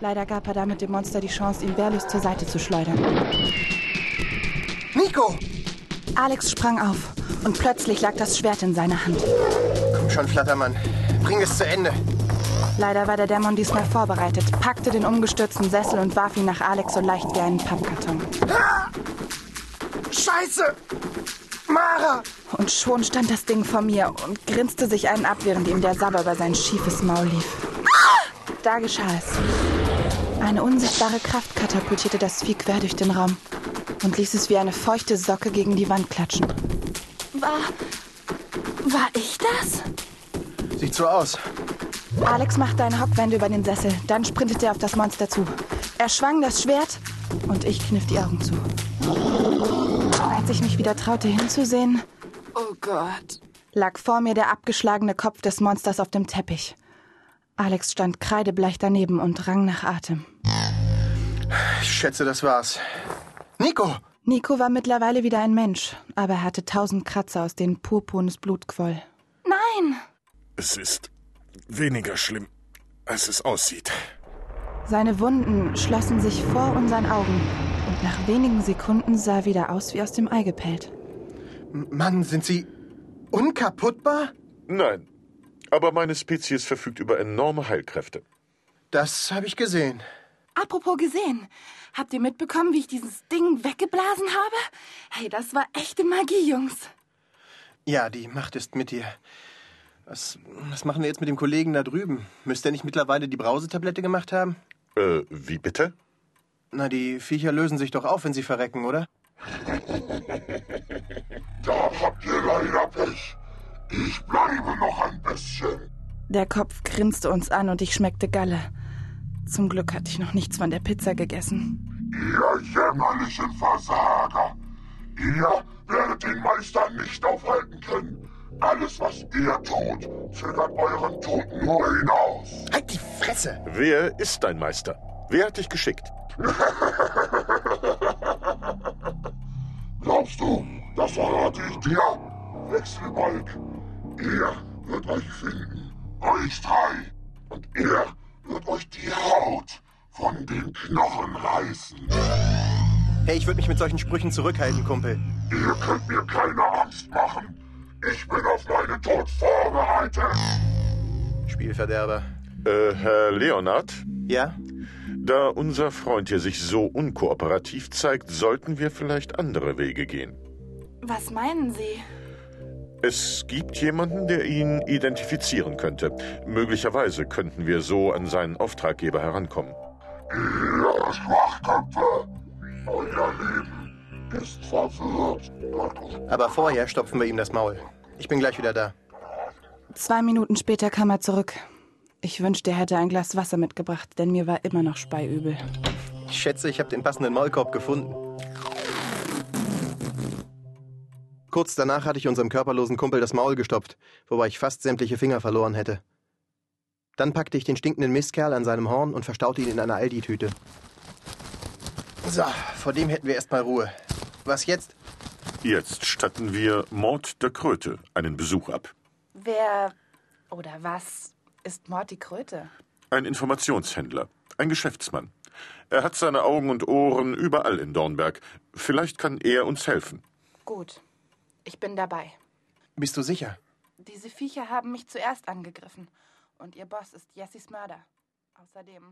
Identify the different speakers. Speaker 1: Leider gab er damit dem Monster die Chance, ihn wehrlos zur Seite zu schleudern.
Speaker 2: Nico!
Speaker 1: Alex sprang auf und plötzlich lag das Schwert in seiner Hand.
Speaker 2: Komm schon, Flattermann. Bring es zu Ende.
Speaker 1: Leider war der Dämon diesmal vorbereitet, packte den umgestürzten Sessel und warf ihn nach Alex so leicht wie einen Pappkarton.
Speaker 2: Ah! Scheiße! Mara!
Speaker 1: Und schon stand das Ding vor mir und grinste sich einen ab, während ihm der Sabber über sein schiefes Maul lief. Da geschah es. Eine unsichtbare Kraft katapultierte das Vieh quer durch den Raum und ließ es wie eine feuchte Socke gegen die Wand klatschen.
Speaker 3: War. War ich das?
Speaker 2: Sieht so aus.
Speaker 1: Alex machte eine Hockwende über den Sessel, dann sprintete er auf das Monster zu. Er schwang das Schwert und ich kniff die Augen zu. Als ich mich wieder traute hinzusehen,
Speaker 3: Oh Gott.
Speaker 1: lag vor mir der abgeschlagene Kopf des Monsters auf dem Teppich. Alex stand kreidebleich daneben und rang nach Atem.
Speaker 2: Ich schätze, das war's. Nico!
Speaker 1: Nico war mittlerweile wieder ein Mensch, aber er hatte tausend Kratzer, aus denen purpurnes Blut quoll.
Speaker 3: Nein.
Speaker 4: Es ist weniger schlimm, als es aussieht.
Speaker 1: Seine Wunden schlossen sich vor unseren Augen und nach wenigen Sekunden sah er wieder aus wie aus dem Ei gepellt.
Speaker 2: M- Mann, sind Sie unkaputtbar?
Speaker 5: Nein. Aber meine Spezies verfügt über enorme Heilkräfte.
Speaker 2: Das habe ich gesehen.
Speaker 3: Apropos gesehen. Habt ihr mitbekommen, wie ich dieses Ding weggeblasen habe? Hey, das war echte Magie, Jungs.
Speaker 2: Ja, die Macht ist mit dir. Was, was machen wir jetzt mit dem Kollegen da drüben? Müsste er nicht mittlerweile die Brausetablette gemacht haben?
Speaker 5: Äh, wie bitte?
Speaker 2: Na, die Viecher lösen sich doch auf, wenn sie verrecken, oder?
Speaker 1: Der Kopf grinste uns an und ich schmeckte Galle. Zum Glück hatte ich noch nichts von der Pizza gegessen.
Speaker 6: Ihr jämmerlichen Versager! Ihr werdet den Meister nicht aufhalten können! Alles, was ihr tut, zögert euren Tod nur hinaus!
Speaker 2: Halt die Fresse!
Speaker 5: Wer ist dein Meister? Wer hat dich geschickt?
Speaker 6: Glaubst du, das verrate ich dir? Wechselbalg, er wird euch finden, euch drei! Und er wird euch die Haut von den Knochen reißen!
Speaker 2: Hey, ich würde mich mit solchen Sprüchen zurückhalten, Kumpel.
Speaker 6: Ihr könnt mir keine Angst machen! Ich bin auf meinen Tod vorbereitet!
Speaker 2: Spielverderber.
Speaker 5: Äh, Herr Leonard,
Speaker 2: Ja?
Speaker 5: da unser Freund hier sich so unkooperativ zeigt, sollten wir vielleicht andere Wege gehen.
Speaker 3: Was meinen Sie?
Speaker 5: Es gibt jemanden, der ihn identifizieren könnte. Möglicherweise könnten wir so an seinen Auftraggeber herankommen.
Speaker 6: Ihre Schwachköpfe! Euer Leben ist verwirrt.
Speaker 2: Aber vorher stopfen wir ihm das Maul. Ich bin gleich wieder da.
Speaker 1: Zwei Minuten später kam er zurück. Ich wünschte, er hätte ein Glas Wasser mitgebracht, denn mir war immer noch speiübel.
Speaker 2: Ich schätze, ich habe den passenden Maulkorb gefunden. Kurz danach hatte ich unserem körperlosen Kumpel das Maul gestopft, wobei ich fast sämtliche Finger verloren hätte. Dann packte ich den stinkenden Mistkerl an seinem Horn und verstaute ihn in einer Aldi-Tüte. So, vor dem hätten wir erstmal Ruhe. Was jetzt?
Speaker 5: Jetzt statten wir Mord der Kröte einen Besuch ab.
Speaker 1: Wer oder was ist Morty Kröte?
Speaker 5: Ein Informationshändler, ein Geschäftsmann. Er hat seine Augen und Ohren überall in Dornberg. Vielleicht kann er uns helfen.
Speaker 1: Gut, ich bin dabei.
Speaker 2: Bist du sicher?
Speaker 1: Diese Viecher haben mich zuerst angegriffen und ihr Boss ist Jessys Mörder. Außerdem